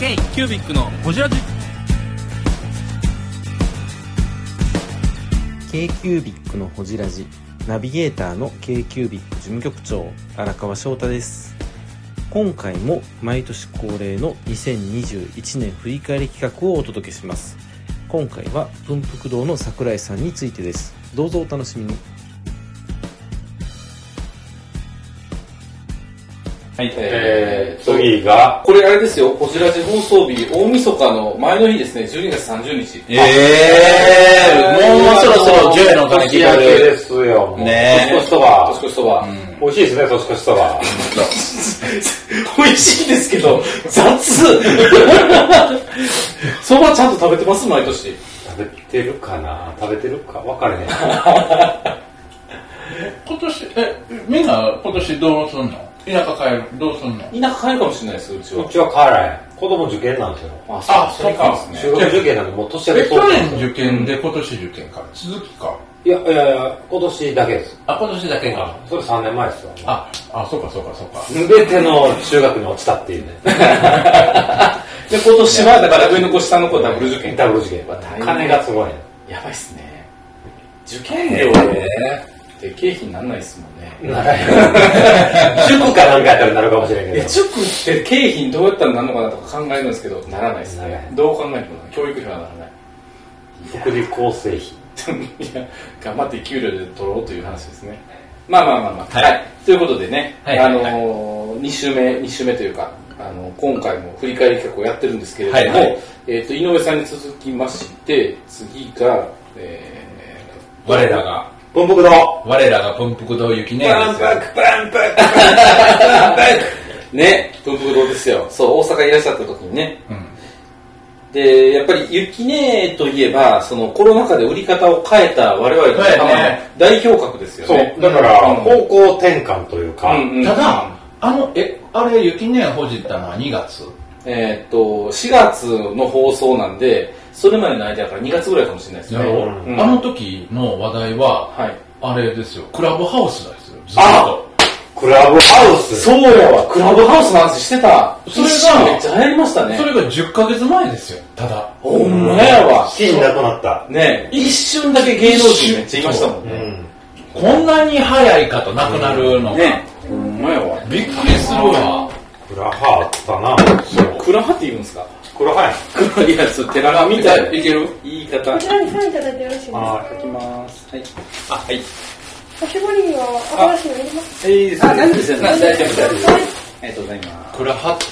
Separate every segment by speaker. Speaker 1: イキュービックのホジラジ
Speaker 2: k キュービッのほじらじナビゲーターの k キュービッ事務局長荒川翔太です今回も毎年恒例の2021年振り返り企画をお届けします今回は文福堂の桜井さんについてですどうぞお楽しみに
Speaker 1: はい、
Speaker 3: えー、次が、
Speaker 4: これあれですよ、こちら地放送日、大晦日の前の日ですね、12月30日。
Speaker 5: ええもうそろそろ10円のお金聞
Speaker 3: 年
Speaker 5: い
Speaker 3: 明け
Speaker 5: て
Speaker 3: で
Speaker 5: る。
Speaker 3: すよ。
Speaker 5: ねえ
Speaker 3: 年越しそば
Speaker 4: 年。越しそば。
Speaker 3: 美味しいですね、年越しそば。
Speaker 4: 美味しいですけど、雑そばちゃんと食べてます毎年。
Speaker 3: 食べてるかな食べてるか分かれへん。
Speaker 5: 今年、え、みんな今年どうすんの田舎帰る、どうすんの
Speaker 4: 田舎帰るかもしれないです、うち
Speaker 3: う
Speaker 4: は。
Speaker 3: ちは帰らへん。子供受験なんですよ。
Speaker 4: あ、
Speaker 5: あ
Speaker 4: そうか。
Speaker 3: 中学受験なんで、もう年明け
Speaker 5: え、
Speaker 3: そう
Speaker 5: 去年受験で今年受験か。続きか。
Speaker 3: いや、いやいや、今年だけです。
Speaker 5: あ、今年だけか。
Speaker 3: それ3年前ですよ。
Speaker 5: あ、あ、そうかそうかそうか。
Speaker 3: 全ての中学に落ちたっていうね。
Speaker 4: で、今年は、だから上の子下の子ダブル受験。
Speaker 3: ダブル受験。金がすごいね。
Speaker 4: やばいっすね。受験料で、で経費にならないですもんね。
Speaker 3: ならへん塾かなんかやったらなるかもしれん
Speaker 4: い
Speaker 3: け
Speaker 4: や、
Speaker 3: ど。
Speaker 4: 塾って経費にどうやったらなるのかなとか考えるんですけど、ならないです
Speaker 3: ならな
Speaker 4: ね
Speaker 3: い。
Speaker 4: どう考えてもな教育費はならない。
Speaker 3: 福利厚生費。
Speaker 4: いや、頑張って給料で取ろうという話ですね。まあまあまあまあ。はい。ということでね、
Speaker 5: はい
Speaker 4: あのー、2週目、二週目というか、あの今回も振り返り企画をやってるんですけれども、
Speaker 5: はいはい
Speaker 4: えっ、と、井上さんに続きまして、次が、え
Speaker 5: 我らが、
Speaker 3: 文福堂。
Speaker 5: 我らが文福堂行きね。
Speaker 4: ー、ね、文福堂ですよ。そう、大阪いらっしゃった時にね。
Speaker 5: うん
Speaker 4: で、やっぱり雪姉といえば、そのコロナ禍で売り方を変えた我々の仲間の代表格ですよ
Speaker 3: そ
Speaker 4: ね
Speaker 3: う。。だから、
Speaker 4: うん
Speaker 3: 方向転換というか、
Speaker 4: うんうん
Speaker 5: ただ、あの、え、あれ、雪ねほじったのは2月。
Speaker 4: えーっと、4月の放送なんで、それまでの間だから2月ぐらいかもしれないです
Speaker 5: や
Speaker 4: ね。
Speaker 5: ろ
Speaker 4: うん
Speaker 5: あの時の話題は、
Speaker 4: はい。
Speaker 5: あれですよ、クラブハウスですよ、ずっ
Speaker 3: あ
Speaker 5: と。
Speaker 3: クラブハウス。
Speaker 4: そうやわ、クラブハウスの話してた。
Speaker 5: それが
Speaker 4: 一瞬めっちゃ流行りました
Speaker 5: そ
Speaker 4: ね。
Speaker 5: れが10ヶ月前ですよ、ただ。
Speaker 4: ほんまやわ。
Speaker 3: 金なくなった。
Speaker 4: ね一瞬だけ芸能人めっちゃいましたもん
Speaker 3: う
Speaker 4: ね。
Speaker 3: ん。
Speaker 5: こんなに早いかとなくなるのが、
Speaker 4: ねほんまやわ。
Speaker 5: びっくりするわ。
Speaker 3: クラハあったな。そう。
Speaker 4: クラハって言うんですか
Speaker 3: クラハやん。
Speaker 4: クラ、いや、そう、寺川みたい。いける言い方。
Speaker 6: こちらにサインいただいてよろしいですか。
Speaker 3: あ
Speaker 4: いきます。はい。あ、はい。
Speaker 6: おしぼりには新しいの入れます。
Speaker 4: えー、あ、大丈夫ですよ。大丈夫です。大丈夫です
Speaker 6: はい
Speaker 4: ありがとうございます。
Speaker 5: クラハっていう。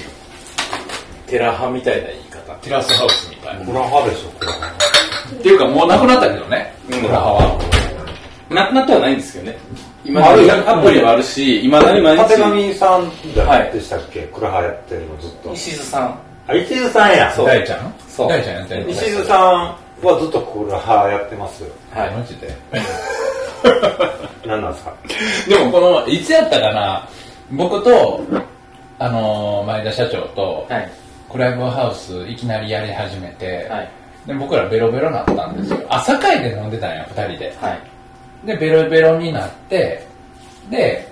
Speaker 4: 寺派みたいな言い方。
Speaker 5: テラスハウスみたいな。
Speaker 3: クラハでしょ、クラハ。
Speaker 5: っていうか、もうなくなったけどね、
Speaker 4: うん
Speaker 5: クラハは。
Speaker 4: なくなってはないんですけどね。今だに
Speaker 3: ある
Speaker 4: アプリはあるし、今だに毎
Speaker 3: たてが
Speaker 4: 日。
Speaker 3: みさんじゃないでしたっけ、クラハやってるのずっと。
Speaker 4: 石津さん。
Speaker 3: あ、石津さんや。
Speaker 4: そう
Speaker 5: 大ちゃん
Speaker 4: そう
Speaker 5: 大ちゃんやったやつ
Speaker 3: 石津さんはずっとクラハやってますよ。
Speaker 4: はい。
Speaker 5: マジで。
Speaker 3: 何なんですか
Speaker 5: でもこの、いつやったかな、僕と、あのー前田社長と、
Speaker 4: はい。
Speaker 5: クラブハウスいきなりやり始めて、
Speaker 4: はい。
Speaker 5: で僕らベロベロなったんですよ朝会で飲んでたんや2人で
Speaker 4: はい。
Speaker 5: でベロベロになってで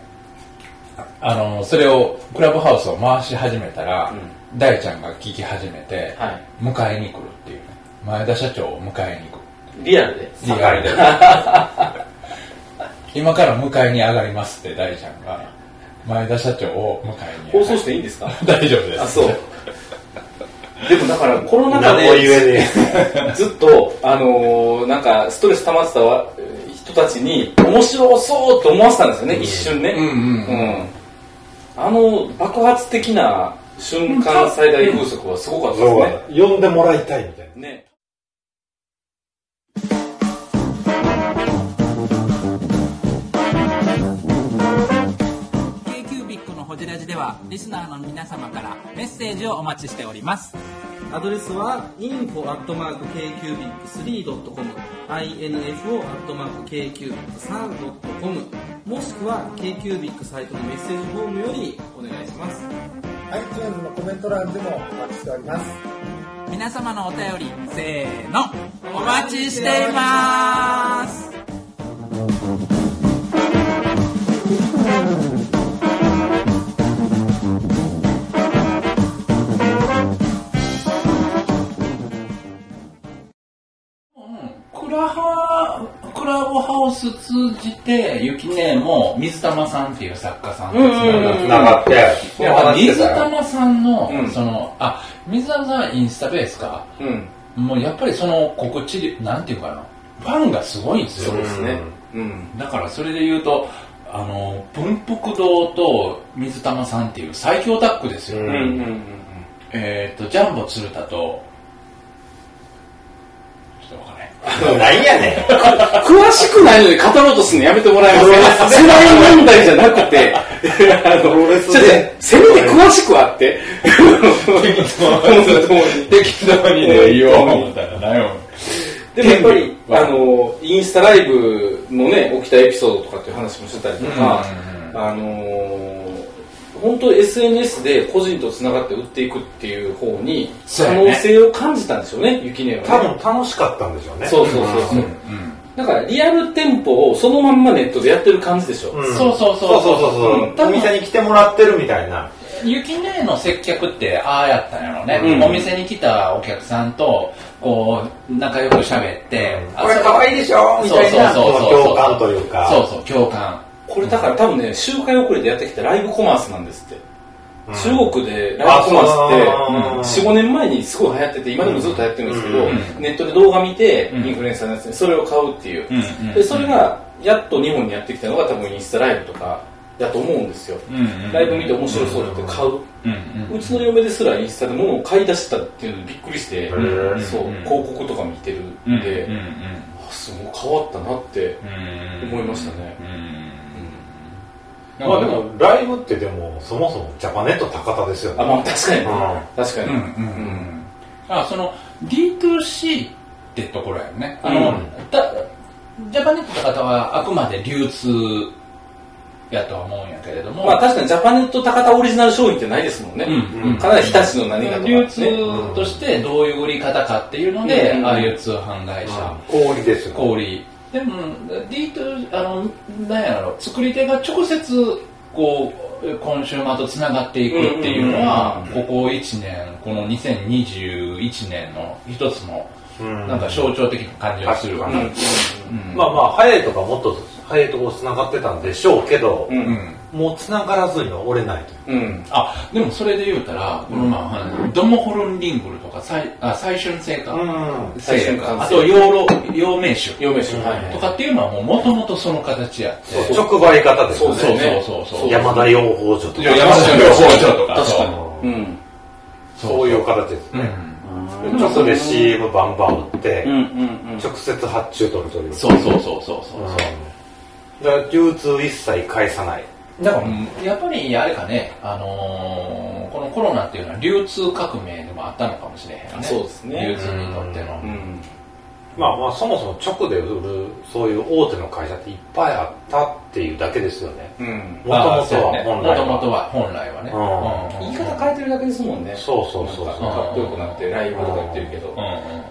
Speaker 5: あのそれをクラブハウスを回し始めたら、大ちゃんが聞き始めて、
Speaker 4: はい
Speaker 5: 迎えに来るっていうね前田社長を迎えに来る
Speaker 4: リアルで。
Speaker 5: リアルで今から迎えに上がりますって大ちゃんが前田社長を迎えに上
Speaker 4: 放
Speaker 5: が
Speaker 4: 送
Speaker 5: る
Speaker 4: していいんですか
Speaker 5: 大丈夫です
Speaker 4: あ、そう。でもだから、コロナ禍
Speaker 3: 何も言
Speaker 4: で
Speaker 3: えね
Speaker 4: ずっと、あのーなんか、ストレス溜まってたわ人たちに、面白そうと思わせたんですよね、一瞬ね。
Speaker 5: うんうんうん
Speaker 4: うんあの、爆発的な瞬間最大風速はすご
Speaker 3: え。
Speaker 4: かったです
Speaker 3: そう
Speaker 4: ね
Speaker 3: や。。 呼んでもらいたいみたいな。
Speaker 4: ね。
Speaker 7: k q b i c のホジラジではリスナーの皆様からメッセージをお待ちしております
Speaker 8: アドレスは info.kcubic3.com info.kcubic3.com もしくは KQBIC サイトのメッセージフォームよりお願いします
Speaker 9: iTunes のコメント欄でもお待ちしております
Speaker 7: 皆様のお便りせーのお待ちしています
Speaker 5: ちって、ゆきねも水玉さんっていう作家さんとつながって
Speaker 3: 繋がって、
Speaker 5: やっぱ水玉さんの、
Speaker 4: うん
Speaker 5: そのあ水玉さんインスタベースか
Speaker 4: うん。
Speaker 5: もうやっぱりその心地りなんていうかなファンがすごいんですよ
Speaker 4: そうですね。うん。
Speaker 5: だからそれで言うとあの文福堂と水玉さんっていう最強タッグですよ、
Speaker 3: う
Speaker 4: う
Speaker 3: んん
Speaker 4: うんうん
Speaker 5: えっ、とジャンボ鶴田とちょっとわかんない
Speaker 3: なんやねん。
Speaker 4: 詳しくないので語ろうとするのやめてもらえますか世代問題じゃなくて、あの、ちょっとね、せめて詳しくはあ って。 本当に
Speaker 5: 適当にね言おう思ったらだよ
Speaker 4: でもやっぱり、あの、インスタライブのね、起きたエピソードとかっていう話もしてたりとか、あのー、本当 SNS で個人とつながって売っていくっていう方に、
Speaker 5: そう
Speaker 4: 可
Speaker 5: やね
Speaker 4: 能性を感じたんでしょうね、ゆきねはね。
Speaker 3: 多分楽しかったんでしょうね。
Speaker 4: そうそうそうそう。だからリアル店舗をそのまんまネットでやってる感じでしょ。
Speaker 3: うん
Speaker 5: そうそうそう
Speaker 3: そうそうそうそう、
Speaker 5: 多分
Speaker 3: お店に来てもらってるみたいな。
Speaker 5: ゆきねの接客ってああやったんやろうね、お店に来たお客さんとこう仲良く喋って、あ
Speaker 3: これ可愛いでしょみたいな。
Speaker 5: そうそうそうそう
Speaker 3: 共感というか。
Speaker 5: そうそう共感
Speaker 4: これだから多分ね、周回遅れてやってきたライブコマースなんですって。
Speaker 3: うん
Speaker 4: 中国でライブコマース
Speaker 3: あ
Speaker 4: って、4、5年前にすごい流行ってて、今でもずっとやってるんですけど、
Speaker 3: うん
Speaker 4: ネットで動画見て、
Speaker 5: うん
Speaker 4: インフルエンサーのやつにそれを買うっていう。
Speaker 5: うんうん
Speaker 4: で、それが、やっと日本にやってきたのが多分インスタライブとかだと思うんですよ。ライブ見て面白そうだって買う。
Speaker 5: うん
Speaker 4: うちの嫁ですらインスタで物を買い出したっていうのにびっくりして、
Speaker 3: うん
Speaker 4: そう、
Speaker 5: うん
Speaker 4: 広告とか見てるん
Speaker 5: うん
Speaker 4: で、
Speaker 5: うん
Speaker 4: あすごい変わったなって、
Speaker 5: うん
Speaker 4: 思いましたね
Speaker 5: うん
Speaker 3: まあでも、ライブってでも、そもそもジャパネット高田ですよね。
Speaker 4: あまあ確かに、
Speaker 3: うん
Speaker 4: 確か
Speaker 5: う
Speaker 4: に、
Speaker 5: んうんうんあその D2C ってところやよねあの、
Speaker 3: うん
Speaker 5: だジャパネットの方はあくまで流通やとは思うんやけれども、
Speaker 4: まあ確かにジャパネット高田オリジナル商品ってないですもんね、
Speaker 5: うんうん
Speaker 4: かなり日立の何かとか、ね、
Speaker 5: 流通としてどういう売り方かっていうので、
Speaker 4: うん
Speaker 5: ああいう通販会社、
Speaker 3: うん氷ですよね。
Speaker 5: 小売りでも D2 あのなんやろ作り手が直接こうコンシューマーとつながっていくっていうのは、
Speaker 4: うん
Speaker 5: ここ1年この2021年の一つの
Speaker 3: うん
Speaker 5: なんか象徴的な感じがするわ、
Speaker 3: う
Speaker 5: うんん
Speaker 3: まあまあ、早いとかもっと早いとこ繋がってたんでしょうけど、
Speaker 4: うんうん
Speaker 3: もう繋がらずには折れないという。
Speaker 4: うん
Speaker 5: あでもそれで言うたらこのまあ、ドモホルンリングルとか最あ最春製か、
Speaker 3: ん。
Speaker 5: 製薬
Speaker 4: 最春
Speaker 5: あと養老養命酒
Speaker 4: 嫁主はい
Speaker 5: とかっていうのはもうもともとその形やって
Speaker 3: そう直売方ですよね。
Speaker 5: そうそ
Speaker 4: そう
Speaker 5: うそうそう
Speaker 3: 山田養蜂所と
Speaker 5: いや
Speaker 3: か。
Speaker 5: 山下の包丁とか
Speaker 4: 確か
Speaker 3: う
Speaker 4: に
Speaker 3: ん
Speaker 4: うん
Speaker 3: そういう形です
Speaker 5: う
Speaker 3: ね。
Speaker 5: ん
Speaker 3: 直そで CM バンバン売って、
Speaker 4: うんうんうん
Speaker 3: 直接発注取るという。
Speaker 5: そうそうそうそうそう
Speaker 3: うん。
Speaker 5: そ
Speaker 3: だ
Speaker 5: う
Speaker 3: から流通一切返さない。
Speaker 5: だからうんやっぱりあれかね、あのーこのコロナっていうのは流通革命でもあったのかもしれへんよね
Speaker 4: そうですね
Speaker 5: 流通にとっての
Speaker 4: うん
Speaker 3: まあまあ、そもそも直で売る、そういう大手の会社っていっぱいあったっていうだけですよね。
Speaker 4: うん
Speaker 3: もともとは本
Speaker 5: も
Speaker 3: 来
Speaker 5: と
Speaker 3: は
Speaker 5: もとは本来はね
Speaker 3: う
Speaker 5: うん
Speaker 4: 言い方変えてるだけですもんね
Speaker 3: そうそうそうそう
Speaker 4: なんかかっこよくなってライブとか言ってるけど
Speaker 5: うん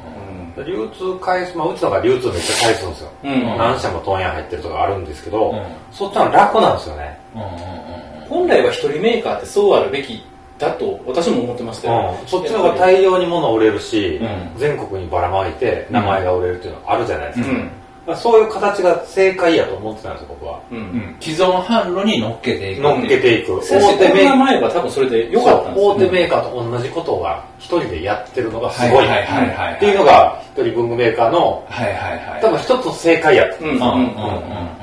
Speaker 4: う
Speaker 3: 流通返す、まあ、うちのが流通めっちゃ返すんですよ。
Speaker 4: んうんうん
Speaker 3: 何社も問屋入ってるとかあるんですけど、
Speaker 5: うん
Speaker 3: そっちの方が楽なんですよね。
Speaker 5: うんうんうんうん
Speaker 4: 本来は一人メーカーってそうあるべきだと私も思ってましたよ、
Speaker 3: うんそっちの方が大量に物売れるし、
Speaker 5: う
Speaker 3: 全国にばらまいて名前が売れるっていうのはあるじゃないです
Speaker 4: う
Speaker 3: か。
Speaker 4: ん
Speaker 3: まあそういう形が正解やと思ってたんですよ、僕は。
Speaker 4: う
Speaker 5: うんん既存販路に乗っけていく
Speaker 3: 乗っけていく。
Speaker 4: そして
Speaker 3: 大手
Speaker 4: コロ
Speaker 3: メ
Speaker 4: ナ
Speaker 3: ー
Speaker 4: 前は多分それで
Speaker 3: カ
Speaker 4: 良かった
Speaker 3: ー、
Speaker 4: んですよ
Speaker 3: 大
Speaker 4: ね
Speaker 3: 手メーカーと同じことが一人でやってるのがす
Speaker 5: はい
Speaker 3: ご
Speaker 5: はい
Speaker 3: い。
Speaker 5: はいはいはい
Speaker 3: っていうのが一人文具メーカーの
Speaker 5: はいはいはい
Speaker 3: 多分一つの正解やと。
Speaker 4: うんうん
Speaker 5: うんうんうんうん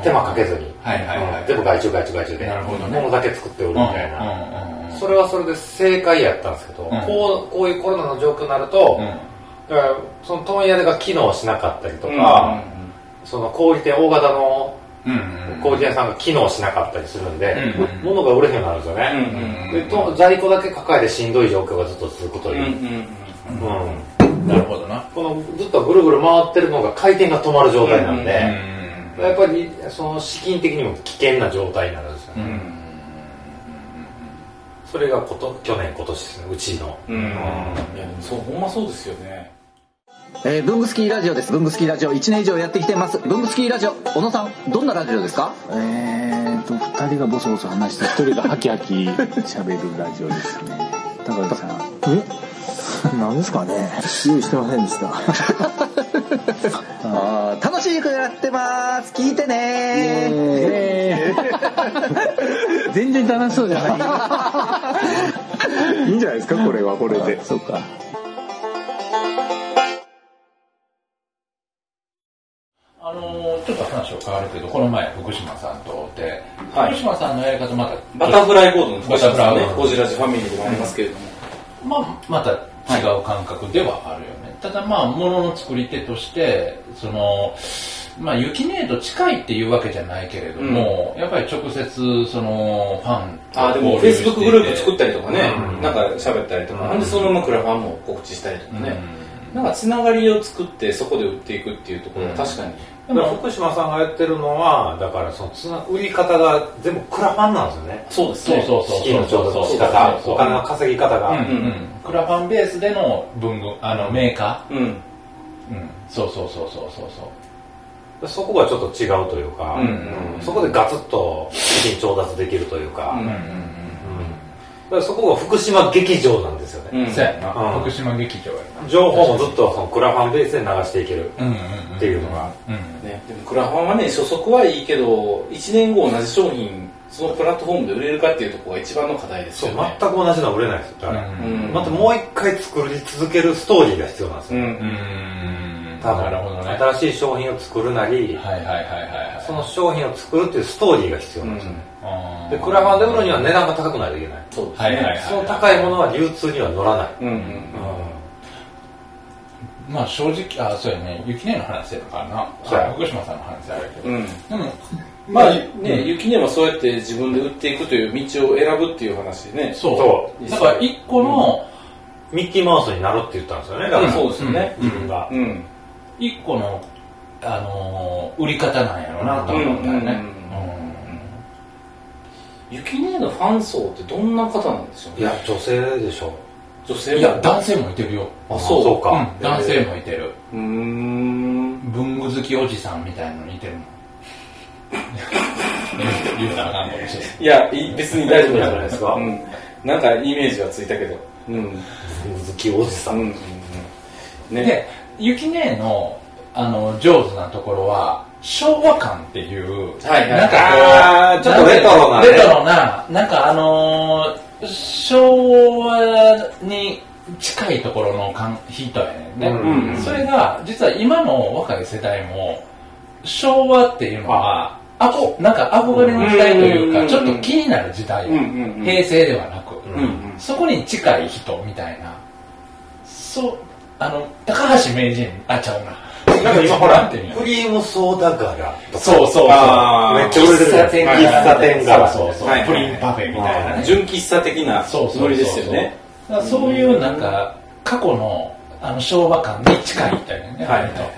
Speaker 3: 手間かけずに。
Speaker 5: はいはいはい
Speaker 3: 全部外注外注外注で。
Speaker 5: なるほどね
Speaker 3: 物だけ作って売るみたいな。
Speaker 5: うんうんうんうん
Speaker 3: それはそれで正解やったんですけど、
Speaker 5: ん
Speaker 3: こうこういうコロナの状況になると、
Speaker 5: うん
Speaker 3: だからその問屋が機能しなかったりと
Speaker 4: う
Speaker 3: か、
Speaker 4: ん
Speaker 3: その小売店大型の
Speaker 5: うんうん
Speaker 3: 小売店さんが機能しなかったりするんで、
Speaker 5: うんうん
Speaker 3: 物が売れへんようになるんですよ
Speaker 4: う
Speaker 3: ね、
Speaker 4: んうん
Speaker 3: でと在庫だけ抱えてしんどい状況がずっと続くと
Speaker 4: う
Speaker 3: いう、
Speaker 4: んうん
Speaker 3: うん
Speaker 5: なるほどな
Speaker 3: このずっとぐるぐる回ってるのが回転が止まる状態なんで、
Speaker 5: うん
Speaker 3: やっぱりその資金的にも危険な状態になるんですよね、それがこと去年今年ですねうちの、
Speaker 4: うんいやでもそうほんまそうですよね
Speaker 10: えー、ブングスキーラジオです。ブングスキーラジオ1年以上やってきてます。ブングスキーラジオ、小野さん、どんなラジオですかえーと、2人がボソボソ話して、1人がハキハキ喋るラジオですね。高橋さん。 え何ですかね用意してませんでした。あー、楽楽しい曲やってます聞いてね
Speaker 11: 全然楽しそうじゃないいいんじゃないですかこれはこれで
Speaker 10: そうか
Speaker 5: あのーちょっと話は変わるけど、この前、福島さんと会って、
Speaker 4: はい
Speaker 5: 福島さんのやり方また、
Speaker 4: バタフライボードの
Speaker 5: バタフライボード
Speaker 4: ゴジラジファミリーでもありますけれども、
Speaker 5: まあ、また違う感覚ではあるよね。ただまあ、ものの作り手として、その、まあ、雪姉と近いっていうわけじゃないけれども、やっぱり直接、その、ファンと
Speaker 4: あーでもフェ
Speaker 5: 交流
Speaker 4: イス
Speaker 5: して
Speaker 4: ブ
Speaker 5: いて
Speaker 4: ックグループ作ったりとかね、
Speaker 5: うん
Speaker 4: なんか喋ったりとか、
Speaker 5: うん
Speaker 4: ほんでそのままクラファンも告知したりとかね、なんかつながりを作ってそこで売っていくっていうところは確かに、
Speaker 3: だから福島さんがやってるのはだからそのつな売り方が全部クラファンなんですよね
Speaker 4: そうですね
Speaker 5: そうそうそう
Speaker 3: 資金の調達の仕方お金の稼ぎ方が、
Speaker 5: うんうんうんクラファンベースでの文具、あの、メーカー。
Speaker 4: うん。うん。
Speaker 5: そうそうそうそうそうそう。
Speaker 3: そこがちょっと違うというか、
Speaker 5: うんうんうん
Speaker 3: そこでガツッと資金調達できるというか,、
Speaker 5: うんうんうん
Speaker 3: だからそこが福島劇場なんですよね、
Speaker 5: そうやな、
Speaker 3: うん
Speaker 5: 福島劇場やな。
Speaker 3: 情報もずっとそのクラファンベースで流していける
Speaker 5: うんうんうん
Speaker 3: っていうのが、
Speaker 4: ね、でもクラファンはね初速はいいけど1年後同じ商品そのプラットフォームで売れるかっていうところが一番の課題です
Speaker 3: そう
Speaker 4: よね
Speaker 3: 全く同じのは売れないですよだから、
Speaker 4: うん
Speaker 3: またもう一回作り続けるストーリーが必要なんですよ、
Speaker 4: うん
Speaker 3: 多分
Speaker 5: なるほどね
Speaker 3: 新しい商品を作るなり、
Speaker 5: はいはいはいはいはい
Speaker 3: その商品を作るっていうストーリーが必要なんですよね、
Speaker 5: あー
Speaker 3: でクラファンで売るには値段が高くないといけない
Speaker 4: そうですね、
Speaker 5: はいはいはい
Speaker 3: その高いものは流通には乗らない、
Speaker 4: うんうん
Speaker 5: まあ正直あそうやね雪姉の話やったからな
Speaker 3: そうや
Speaker 5: あ福島さんの話あるけど、
Speaker 4: うん
Speaker 5: でも
Speaker 4: まあね、ゆきねはそうやって自分で売っていくという道を選ぶっていう話ね。
Speaker 5: そう
Speaker 3: そ
Speaker 5: だから一個の、
Speaker 3: ミッキーマウスになるって言ったんですよねだから
Speaker 4: そうですよね。
Speaker 3: 自分が、
Speaker 4: うん。
Speaker 5: 一個の、あのー売り方なんやろなと思ったよね
Speaker 4: うんゆきねのファン層ってどんな方なんでしょう
Speaker 3: い
Speaker 4: ね。
Speaker 3: や女性でしょ
Speaker 5: う
Speaker 4: 女
Speaker 5: んい
Speaker 4: 性
Speaker 5: や
Speaker 4: は。
Speaker 5: 男性もいてるよ
Speaker 3: あそうそう
Speaker 5: う
Speaker 3: か、
Speaker 5: ん男性もいてる
Speaker 4: うーん。
Speaker 5: 文具好きおじさんみたいのにいてるもん言うたらあかんかもしれない
Speaker 4: いや、い別に大丈夫じゃないですか。
Speaker 3: う
Speaker 4: うん。なんかイメージはついたけど。うん。
Speaker 3: 好きおじさ、
Speaker 4: うんん。ね。
Speaker 5: で、ゆきねえの、あの、上手なところは、昭和感っていう、
Speaker 4: はいはい
Speaker 5: なん
Speaker 3: あ
Speaker 5: かこ
Speaker 3: ー
Speaker 5: う、
Speaker 3: ちょっとレトロなね
Speaker 5: レトロな、なんかあのー昭和に近いところの感人やねんね、
Speaker 3: うんうん
Speaker 5: それが、実は今の若い世代も、昭和っていうのは、あこなんか憧れの時代という
Speaker 4: う
Speaker 5: か、
Speaker 4: ん
Speaker 5: ちょっと気になる時代、
Speaker 4: うんうんうん
Speaker 5: 平成ではなく、
Speaker 4: うんうん。
Speaker 5: そこに近い人みたいな。そう、あの、高橋名人、あ、ちゃうな。
Speaker 3: なんか今ほ
Speaker 5: な
Speaker 3: ら
Speaker 5: んていうの
Speaker 3: クリームソーダ柄とか
Speaker 5: そうそうそう。
Speaker 4: あー
Speaker 3: めっちゃ売れてるやつ
Speaker 5: 喫
Speaker 3: 喫茶
Speaker 5: 茶
Speaker 3: 店
Speaker 5: 店
Speaker 3: 柄
Speaker 5: が。そうそうそう、
Speaker 4: はいはい
Speaker 5: プリンパフェみたいなね。
Speaker 4: 純喫茶的な
Speaker 5: そうそうそう。
Speaker 4: ノリですよね。。
Speaker 5: だからそういうなんか、過去の、あの、昭和感に近いみたいなね。
Speaker 4: はいはい
Speaker 5: 割
Speaker 4: はい
Speaker 5: と
Speaker 4: はい。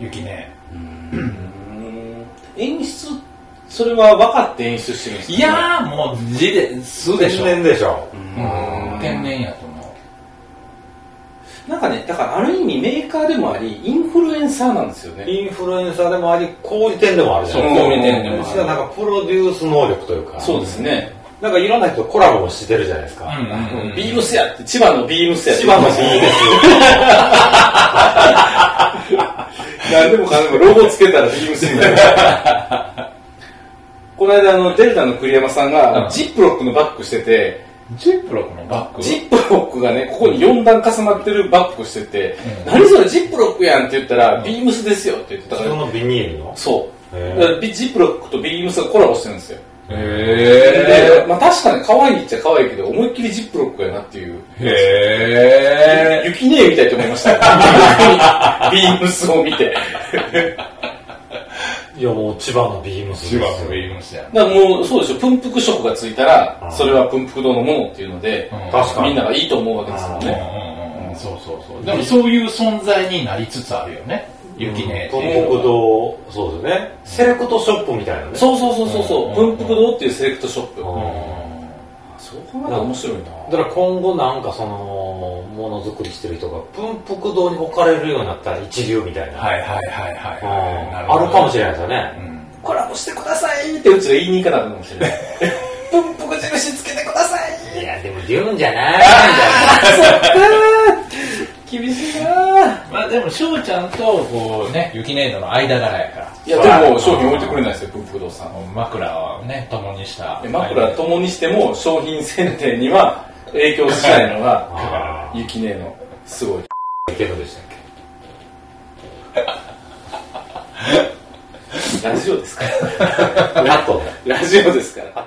Speaker 5: 雪ね。
Speaker 4: うん演出それは分かって演出してるんですか
Speaker 5: いやー、もう字で、素でしょ。
Speaker 3: 天然でしょ、
Speaker 5: うん天然やと思
Speaker 4: なんかねだからある意味メーカーでもありインフルエンサーなんですよね
Speaker 3: インフルエンサーでもあり小売店でもあるじゃ
Speaker 5: う。
Speaker 3: ない
Speaker 4: ん
Speaker 5: こう見てんで
Speaker 3: で
Speaker 5: も
Speaker 3: すかなんかプロデュース能力というか
Speaker 4: そうですね
Speaker 3: なんかいろんな人とコラボもしてるじゃないですか、
Speaker 5: うんうんうん
Speaker 4: ビームスやって千葉のビームスやって
Speaker 3: 千葉のビーです
Speaker 4: 何でもかんでもロゴつけたらビ ームスになるこの間あのデルタの栗山さんが
Speaker 5: うん
Speaker 4: ジップロックのバッグして
Speaker 5: う。
Speaker 4: て
Speaker 5: ジップロックのバッグ。
Speaker 4: ジップロックがねここに4段重なってるバッグしてて「何それジップロックやん」って言ったら「ビームスですよ」って言ってたか
Speaker 3: 普通
Speaker 4: ら
Speaker 3: のビニールの
Speaker 4: そう
Speaker 3: へー
Speaker 4: だからビジップロックとビームスがコラボしてるんですよ
Speaker 5: へ
Speaker 4: で、まあ、確かに可愛いっちゃ可愛いけど、思いっきりジップロックやなっていう。
Speaker 5: ー。へー。
Speaker 4: 雪ねえみたいと思いま した。ビームスを見て。
Speaker 3: いやもう千葉のビームスです
Speaker 5: 千
Speaker 3: よ
Speaker 5: 葉のビームスやな。
Speaker 4: だからもう、そうでしょ、プンプク色がついたら、それはプンプク堂のものっていうので、
Speaker 5: うん
Speaker 3: 確かに
Speaker 4: みんながいいと思うわけですも
Speaker 5: う
Speaker 4: ん
Speaker 5: んう
Speaker 4: ね。
Speaker 5: んうんそうそうそう。でもそういう存在になりつつあるよね。雪ねって
Speaker 3: 東
Speaker 5: いう
Speaker 3: 北道そうですねセレクトショップみたいなね
Speaker 4: そうそうそうそうそう、
Speaker 5: うん
Speaker 4: プンプク堂っていうセレクトショップ。
Speaker 3: うん
Speaker 4: そこまで面白いな。
Speaker 3: だから今後なんかそのものづくりしてる人が文福堂に置かれるようになったら一流みたいな、
Speaker 5: はいはいはいはい
Speaker 3: うん
Speaker 5: はい。な
Speaker 3: あるかもし
Speaker 5: れ
Speaker 3: れないですよね、
Speaker 4: コラボしてくださいってうちが言いに行かなかったかもしれ ない。プンプク印つけてください
Speaker 3: い やでもデューンじゃないみたいな
Speaker 4: 厳しいなぁ。
Speaker 5: ままあでも翔ちゃんとこうね雪ネイドの間柄やから
Speaker 4: いやでも商品置いてくれないですよ文福堂さん
Speaker 5: 枕をね共にした
Speaker 4: で枕共にしても商品選定には影響しないのが雪姉のすごい
Speaker 3: ゲロでしたっ
Speaker 4: けラジオですから
Speaker 3: ラ
Speaker 4: ラジオですから